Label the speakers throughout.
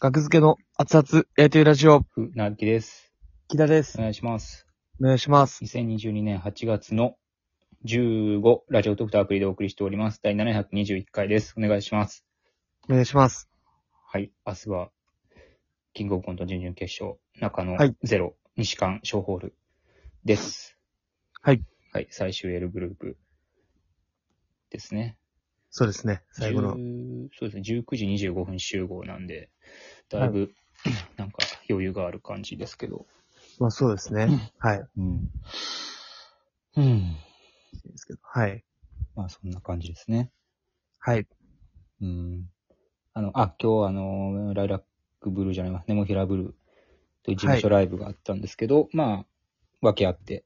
Speaker 1: 学付けの熱々やりとりラジオ、
Speaker 2: ふなきです。
Speaker 1: 木田です
Speaker 2: お。願いします。
Speaker 1: お願いします。
Speaker 2: 2022年8月の15、ラジオトークとアプリでお送りしております。第721回です。お願いします。
Speaker 1: お願いします。
Speaker 2: はい。明日は、キングオブコント準々決勝、中野
Speaker 1: はい
Speaker 2: ゼロ、西館小ホールです。
Speaker 1: はい。
Speaker 2: はい。最終 L グループですね。
Speaker 1: そうですね。最後の。
Speaker 2: 10そうですね。19時25分集合なんで、だいぶ、なんか余裕がある感じですけど。
Speaker 1: まあそうですね。はい。い
Speaker 2: うん。うん。
Speaker 1: いですけどはい。
Speaker 2: まあそんな感じですね。
Speaker 1: はい。
Speaker 2: うん。あの、あ、今日あの、ライラックブルーじゃないわ、ネモヒラブルーという事務所ライブがあったんですけど、まあ、分け合って、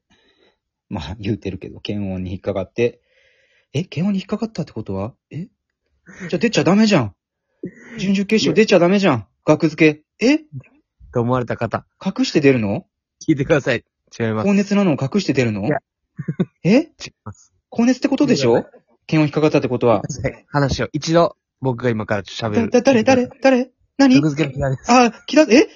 Speaker 2: まあ言うてるけど、検温に引っかかって、え、検温に引っかかったってことはえじゃあ出ちゃダメじゃん準々決勝出ちゃダメじゃん額付けえ
Speaker 1: と思われた方、
Speaker 2: 隠して出るの
Speaker 1: 聞いてください。違います。
Speaker 2: 高熱なのを隠して出るの
Speaker 1: いや
Speaker 2: え
Speaker 1: 違います。
Speaker 2: 高熱ってことでしょ検温引っかかったってことは。
Speaker 1: はい話を一度、僕が今から喋
Speaker 2: だ、
Speaker 1: る。
Speaker 2: だ、誰、誰、誰何
Speaker 1: 学付けの木田です。
Speaker 2: あ、木田、え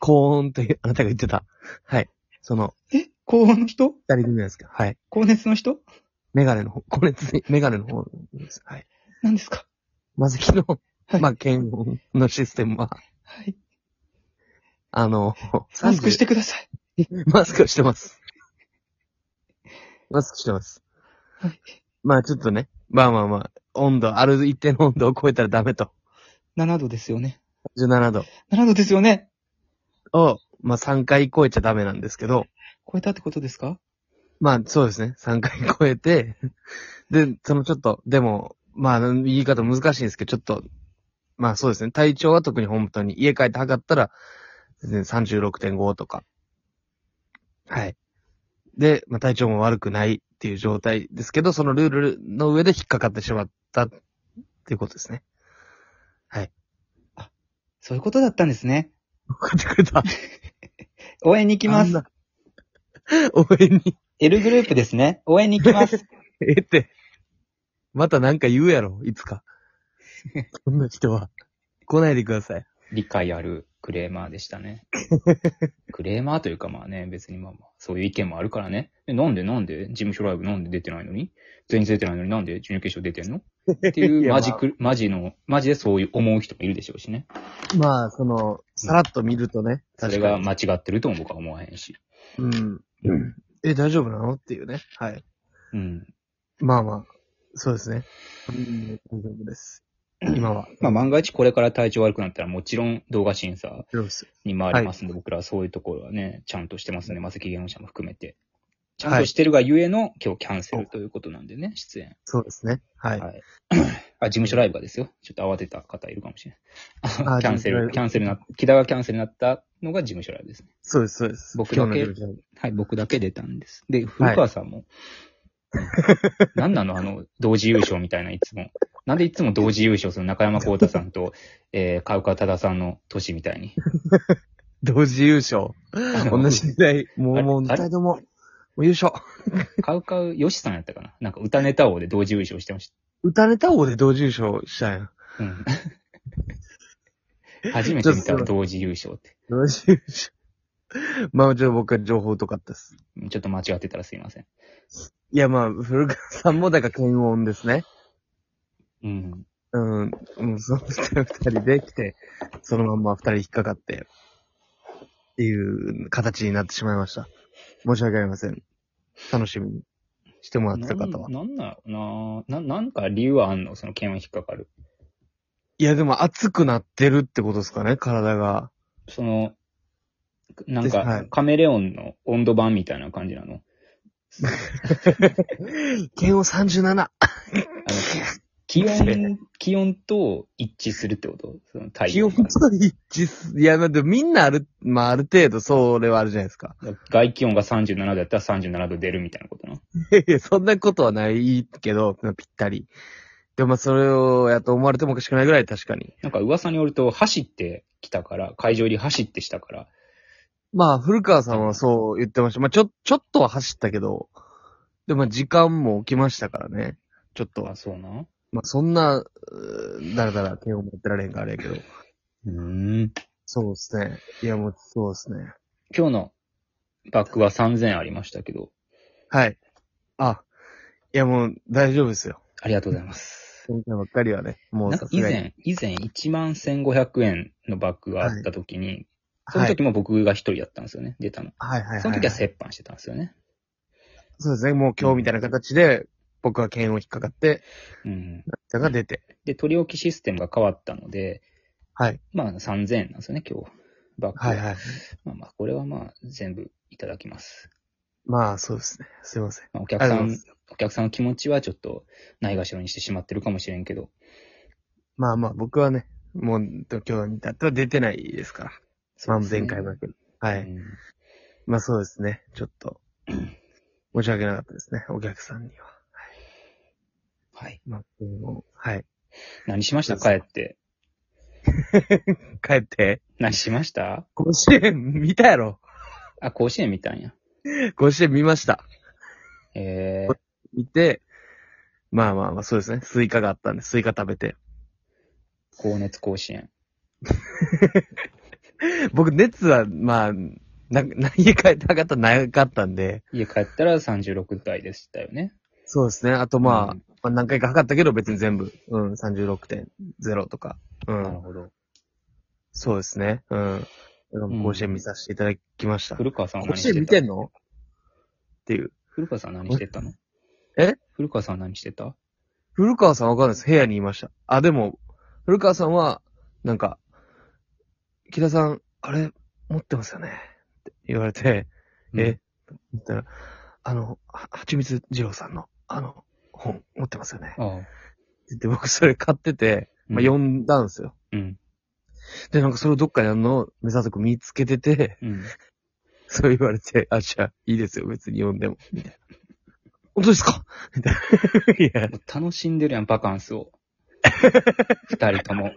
Speaker 1: 高音という、あなたが言ってた。はい。その、
Speaker 2: え高温の人
Speaker 1: 二人組なんですけど、はい。
Speaker 2: 高熱の人
Speaker 1: メガネの方、これつメガネの方です。はい。
Speaker 2: 何ですか
Speaker 1: まずきの、
Speaker 2: はい
Speaker 1: まあ、検温のシステムは、
Speaker 2: はい。
Speaker 1: あの、
Speaker 2: マスクしてください。
Speaker 1: マスクをしてます。マスクしてます。
Speaker 2: はい
Speaker 1: まあちょっとね、まあまあまあ、温度、ある一定の温度を超えたらダメと。
Speaker 2: 7度ですよね。
Speaker 1: 17度
Speaker 2: 7度ですよね。
Speaker 1: を、まあ3回超えちゃダメなんですけど、
Speaker 2: 超えたってことですか
Speaker 1: まあそうですね、3回超えて、 で、そのちょっと、でも、まあ言い方難しいんですけど、ちょっと、まあそうですね、体調は特に本当に家帰って測ったら、全然36.5とか。はい。で、まあ体調も悪くないっていう状態ですけど、そのルールの上で引っかかってしまったっていうことですね。
Speaker 2: そういうことだったんですね。
Speaker 1: 分かってくれた。
Speaker 2: 応援に行きま
Speaker 1: あん
Speaker 2: す。
Speaker 1: な。 応援に、
Speaker 2: L グループですね。応援に行き ます。
Speaker 1: ええって。またなんか言うやろ、いつ か。そんな人は。来ないでください。
Speaker 2: 理解あるクレーマーでしたね。クレーマーというかまあね、別にまあまあ、そういう意見もあるからね。えなんでなんで事務所ライブなんで出てないのに全員出てないのになんで準々決勝出てんのって い
Speaker 1: いうや
Speaker 2: マジク、マジの、マジでそういう思う人もいるでしょうしね。
Speaker 1: まあ、その、さらっと見るとね。
Speaker 2: それ
Speaker 1: 確
Speaker 2: が
Speaker 1: かに。
Speaker 2: 間違ってるとも僕は思わへんし。
Speaker 1: うん。
Speaker 2: うん。
Speaker 1: え、大丈夫なのっていうね。はい。
Speaker 2: うん。
Speaker 1: まあまあ、そうですね。うん、大丈夫です。今は。
Speaker 2: まあ万が一これから体調悪くなったらもちろん動画審査
Speaker 1: 丈夫です。
Speaker 2: に回りますんで、僕らはそういうところはね、ちゃんとしてますね。マセキゲーム社も含めて。ちゃんとしてるがゆえの、今日キャンセルということなんでね、出演。
Speaker 1: そうですね。はい。
Speaker 2: はい。あ、事務所ライブがですよ。ちょっと慌てた方いるかもしれな
Speaker 1: あ
Speaker 2: い。 キャンセル、
Speaker 1: 事務所ライブ
Speaker 2: キャンセルな、木田がキャンセルになったのが事務所ライブですね。
Speaker 1: そうです、そうです。
Speaker 2: 僕
Speaker 1: 今
Speaker 2: だ
Speaker 1: 日の夜
Speaker 2: け
Speaker 1: じゃない
Speaker 2: はい、僕だけ出たんです。で、古川さん も。うん何なのあの、同時優勝みたいないつも。なんでいつも同時優勝するの中山幸太さんと、えー、川岡忠さんの年みたいに。
Speaker 1: 同時優 勝。同じ時代。も
Speaker 2: あ
Speaker 1: う、
Speaker 2: れ
Speaker 1: もう、
Speaker 2: あ
Speaker 1: 二
Speaker 2: れ
Speaker 1: 人とも、もう優勝。
Speaker 2: 川岡よしさんやったかななんか歌ネタ王で同時優勝してまし
Speaker 1: 歌ネタ王で同時優勝したやん。
Speaker 2: た。 うん。初めて見たわ同時優勝って。
Speaker 1: 同時優勝。まあ、ちょっと僕は情報疎かったです。
Speaker 2: ちょっと間違ってたらすいません。
Speaker 1: いや、まあ、古川さんも、だから、検温ですね。
Speaker 2: うん。
Speaker 1: うん、うん、その二人で来て、そのまんま二人引っかかって、っていう形になってしまいました。申し訳ありません。楽しみにしてもらってた方は。
Speaker 2: なんなんなのなな、なんか理由はあんのその剣は引っかかる。
Speaker 1: いや、でも熱くなってるってことですかね、体が。
Speaker 2: その、なん
Speaker 1: ですは
Speaker 2: か
Speaker 1: い、
Speaker 2: カメレオンの温度版みたいな感じなの。
Speaker 1: 剣を37。
Speaker 2: あの、気温、気温と一致するってことその体
Speaker 1: 気温と一致す。いや、だってみんなある、まあある程度それはあるじゃないですか。
Speaker 2: 外気温が37度やったら37度出るみたいなことな。
Speaker 1: いやいや、そんなことはないけど、ぴったり。でもまあそれをやと思われてもおかしくないぐらい確かに。
Speaker 2: なんか噂によると、走ってきたから、会場入り走ってしたから、
Speaker 1: まあ、古川さんはそう言ってました。まあ、ちょ、ちょっとは走ったけど、でも、まあ時間も起きましたからね。ちょっとは
Speaker 2: あ、。そうな。
Speaker 1: まあ、そんな、うーだらだら剣を持ってられへんからあれやけど。
Speaker 2: うーん。
Speaker 1: そうですね。いや、もう、そうですね。
Speaker 2: 今日のバックは3000ありましたけど、
Speaker 1: はい。あ、いや、もう、大丈夫ですよ。
Speaker 2: ありがとうございます。
Speaker 1: 今回ばっかりはね、もう
Speaker 2: なんか
Speaker 1: さす
Speaker 2: 以
Speaker 1: がに。
Speaker 2: 前、以前1万1500円のバッグがあった時に、その
Speaker 1: はい
Speaker 2: 時。も僕が一人だったんですよね、出たの。
Speaker 1: はいはいはい。
Speaker 2: その時は折半してたんですよね。
Speaker 1: そうですね。もう今日みたいな形で、僕は剣を引っかかって、
Speaker 2: うん。
Speaker 1: だが 出て。
Speaker 2: で、取り置きシステムが変わったので、
Speaker 1: はい。
Speaker 2: まあ3000円なんですよね、今日。バッグは。
Speaker 1: はいはい。
Speaker 2: まあまあ、これはまあ全部いただきます。
Speaker 1: まあ、そうですね。すいません。
Speaker 2: まあ、お客さ
Speaker 1: ありがとうござい
Speaker 2: ん
Speaker 1: ま、
Speaker 2: お客さんの気持ちはちょっとないがしろにしてしまってるかもしれんけど、
Speaker 1: まあまあ、僕はね、もう、今日に至っては出てないですから。
Speaker 2: そ
Speaker 1: まあ、
Speaker 2: うですね
Speaker 1: 前回もだけど。は
Speaker 2: う
Speaker 1: い。
Speaker 2: ん
Speaker 1: まあ、そうですね。ちょっと、申し訳なかったですね。お客さんには。
Speaker 2: はい。
Speaker 1: まあ、もうはい。
Speaker 2: 何しました
Speaker 1: そう
Speaker 2: 帰
Speaker 1: で
Speaker 2: って。
Speaker 1: 帰って、
Speaker 2: 何しました
Speaker 1: 甲子園見たやろ。
Speaker 2: あ、甲子園見たんや。
Speaker 1: 甲子園見ました。
Speaker 2: えー、
Speaker 1: 見て、まあまあまあ、そうですね。スイカがあったんで、スイカ食べて。
Speaker 2: 高熱甲子園。
Speaker 1: 僕、熱は、まあ、な、な、家帰って上がったら長かったんで、
Speaker 2: 家帰ったら36台でしたよね。
Speaker 1: そうですね。あとまあ、
Speaker 2: うん
Speaker 1: まあ、何回か測ったけど別に全部、うん、36.0とか。う
Speaker 2: なる
Speaker 1: ん、
Speaker 2: ほど。
Speaker 1: そうですね。うん。だから甲子園見させていただきました。
Speaker 2: 古川さんは
Speaker 1: 甲
Speaker 2: 何
Speaker 1: 子
Speaker 2: し
Speaker 1: 園
Speaker 2: てた
Speaker 1: 見てんのっていう。
Speaker 2: 古川さんは何してたの
Speaker 1: え
Speaker 2: 古川さんは何してた
Speaker 1: 古川さんわかんないです。部屋にいました。あ、でも、古川さんは、なんか、木田さん、あれ、持ってますよねって言われて、え、みたいな、あの、はちみつ二郎さんの、あの、本、持ってますよね
Speaker 2: うんああ。
Speaker 1: って言って、僕それ買ってて、まあ、
Speaker 2: うん
Speaker 1: 読んだんですよ。
Speaker 2: うん。
Speaker 1: で、なんかそれをどっかにあんの、目指すく見つけてて、
Speaker 2: うん。
Speaker 1: そう言われて、あ、じゃあ、いいですよ、別に読んでも。みたいな。本当ですかみたいな。いや、
Speaker 2: もう楽しんでるやん、バカンスを。二人とも。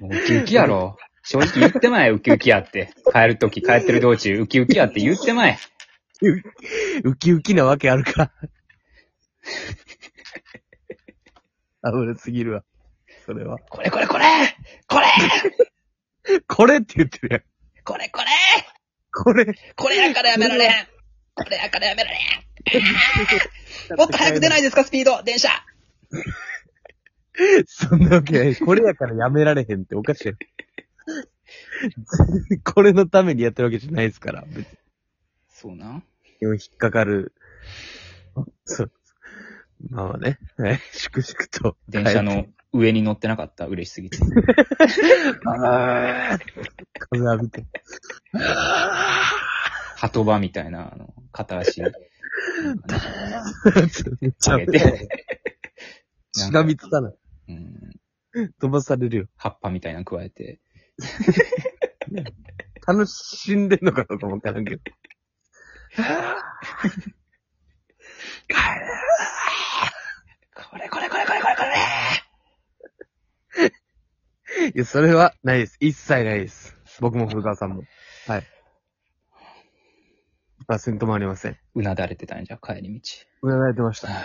Speaker 2: もうウキウキやろ。正直言ってまえ、ウキウキやって。帰るとき、帰ってる道中、ウキウキやって言ってまえ。
Speaker 1: ウキウキなわけあるか。 危なすぎるわ。それは。
Speaker 2: これこれこれこれ
Speaker 1: これって言ってるやん。
Speaker 2: これこれ
Speaker 1: これ。
Speaker 2: これやからやめられんこれやからやめられんもっと早く出ないいですか、スピード電車
Speaker 1: そんなわけない。これやからやめられへん っておかしいやろ。これのためにやってるわけじゃないですから。別
Speaker 2: そうな。
Speaker 1: に引っかかる。そう。まあまあね。はい。粛々と。
Speaker 2: 電車の上に乗ってなかった嬉しすぎて。
Speaker 1: あー。風浴びて。
Speaker 2: 鳩場みたいな、あの、片 足。なんかね
Speaker 1: めっちゃ
Speaker 2: 上げて。
Speaker 1: しがみつかない。
Speaker 2: うん
Speaker 1: 飛ばされるよ。
Speaker 2: 葉っぱみたいなの加えて。
Speaker 1: 楽しんでんのかどうかもわからんけど。
Speaker 2: これこれこれこれこれこれ
Speaker 1: いや、それはないです。一切ないです。僕も古川さんも。 はい。パーセントもありません。
Speaker 2: うなだれてたんじゃ、帰り道。
Speaker 1: うなだれてました。
Speaker 2: は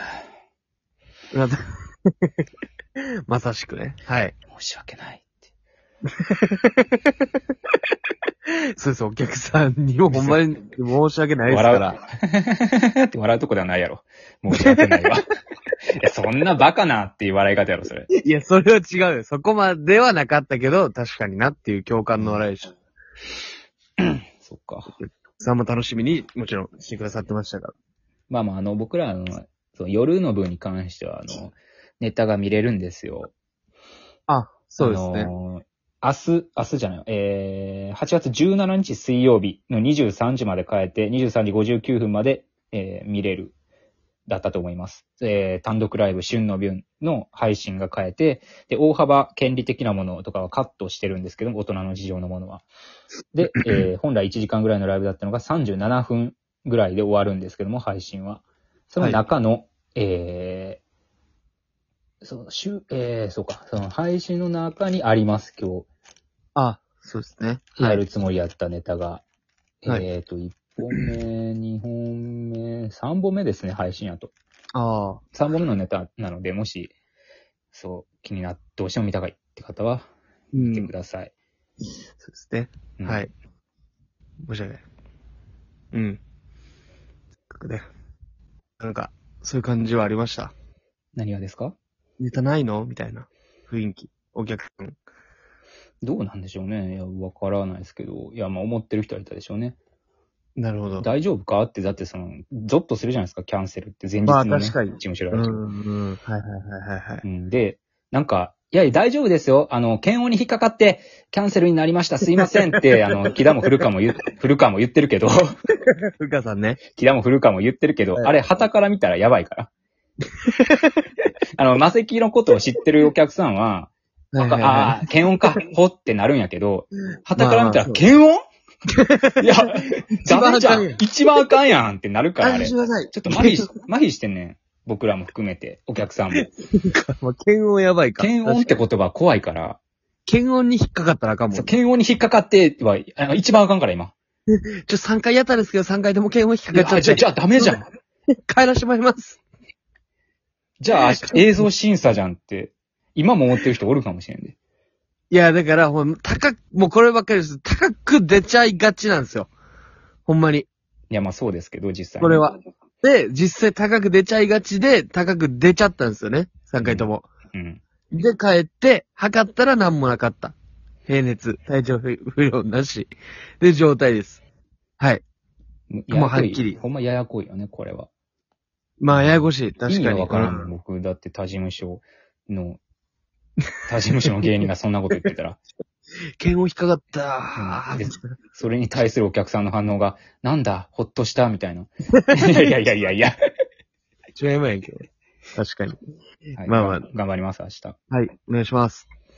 Speaker 1: うなだ まさしくね。はい。
Speaker 2: あ申し訳ないって。
Speaker 1: そうです。お客さんにもほんまに申し訳ないですから。
Speaker 2: う。って笑うとこではないやろ。申し訳ないわ。 いや、そんなバカなっていう笑い方やろ、それ。
Speaker 1: いや、それは違うよ。そこまではなかったけど、確かになっていう共感の笑いでした。
Speaker 2: そっか。
Speaker 1: さんも楽しみに、もちろんしてくださってましたから。
Speaker 2: まあまあ、あの、僕らあの、その夜の分に関しては、あの、ネタが見れるんですよ。
Speaker 1: あ、そうですね。
Speaker 2: あのー明日、明日じゃない、えー、8月17日水曜日の23時まで変えて、23時59分まで、えー、見れる、だったと思います。えー、単独ライブ、旬の分の配信が変えて、で、大幅権利的なものとかはカットしてるんですけども、大人の事情のものは。 で、えー、本来1時間ぐらいのライブだったのが37分ぐらいで終わるんですけども、配信は。その中の、えー、そう、週、えー、そうか、その配信の中にあります、今
Speaker 1: あ、そうですね。
Speaker 2: 日、や
Speaker 1: はい。
Speaker 2: るつもりやったネタが。
Speaker 1: はい
Speaker 2: えっ、と、1本目、2本目、3本目ですね、配信やと。
Speaker 1: ああ。
Speaker 2: 3本目のネタなので、もし、そう、気になって、どうしても見たかいって方は、
Speaker 1: うん
Speaker 2: 来てください。
Speaker 1: そうですね。
Speaker 2: うん
Speaker 1: はい。。申し訳ない。うん。せっかくね。なんか、そういう感じはありました。
Speaker 2: 何がですか
Speaker 1: ネタないのみたいな雰囲気。お客さん。
Speaker 2: どうなんでしょうね。いや、わからないですけど。いや、まあ思ってる人はいたでしょうね。
Speaker 1: なるほど。
Speaker 2: 大丈夫かって、だってその、ゾッとするじゃないですか、キャンセルって前日
Speaker 1: ま
Speaker 2: の、
Speaker 1: あ
Speaker 2: ね。
Speaker 1: 確かに
Speaker 2: 事務所
Speaker 1: う
Speaker 2: ライ
Speaker 1: ん
Speaker 2: ブ、
Speaker 1: うん。はいはいはいはい はい。
Speaker 2: うんで、なんか、いやいや、大丈夫ですよ。あの、検温に引っかかって、キャンセルになりました。すいませんって、あの、木田も古川も言う、古川も言ってるけど、
Speaker 1: ふかさんね。
Speaker 2: 木田も古川も言ってるけど、
Speaker 1: はい
Speaker 2: あれ、旗から見たらやば いから。あの、マセキのことを知ってるお客さんは、
Speaker 1: はいはいはい
Speaker 2: ああ、検 温か、ほってなるんやけど、旗から見たら、
Speaker 1: まあ
Speaker 2: 検温 いや、ダメじゃ
Speaker 1: 一番あかん
Speaker 2: ん
Speaker 1: やん。
Speaker 2: 一番あかんやんってなるから、あ
Speaker 1: 安
Speaker 2: れ。
Speaker 1: 心し
Speaker 2: ちょ
Speaker 1: てください。
Speaker 2: っと麻 痺し、 麻痺してんねん。僕らも含めて、お客さんも。
Speaker 1: まあ、検温やばいか。
Speaker 2: 検温って
Speaker 1: 確かに
Speaker 2: 言葉は怖いから、
Speaker 1: 検温に引っかかったらあかんもん。
Speaker 2: そう
Speaker 1: ちょ、
Speaker 2: 検温に引っかかっては、あの一番あかんから今。
Speaker 1: 3回やったんですけど、3回でも検温引
Speaker 2: い
Speaker 1: っ
Speaker 2: や
Speaker 1: かかっち
Speaker 2: じ
Speaker 1: ゃ
Speaker 2: ゃあ、
Speaker 1: って、
Speaker 2: じゃあダメじゃん。
Speaker 1: 帰らしてもらいます。
Speaker 2: じゃあ、映像審査じゃんって、今も思ってる人おるかもしれんで。
Speaker 1: いや、だから、ほん、高く、もうこればっかりです。高く出ちゃいがちなんですよ。ほんまに。
Speaker 2: いや、まあそうですけど、実際に
Speaker 1: これは。で、実際高く出ちゃいがちで、高く出ちゃったんですよね。3回とも。
Speaker 2: うん。
Speaker 1: で、帰って、測ったら何もなかった。平熱、体調不不良なし。で、状態です。はい。もうはっきり
Speaker 2: ややこいほんまややこいよね、これは。
Speaker 1: まあ、ややこしい。確かに。
Speaker 2: 意味がわからんも
Speaker 1: うん
Speaker 2: ん。僕、だって他事務所の、他事務所の芸人がそんなこと言ってた ら、
Speaker 1: 剣を引っかかった
Speaker 2: うんで
Speaker 1: ー。
Speaker 2: それに対するお客さんの反応が、なんだ、ほっとした、み たいな。いやいやいやいやいや。
Speaker 1: 違いまやんけど。確かに。
Speaker 2: はい
Speaker 1: まあまあ
Speaker 2: 頑張ります、明日。
Speaker 1: はい、お願いします。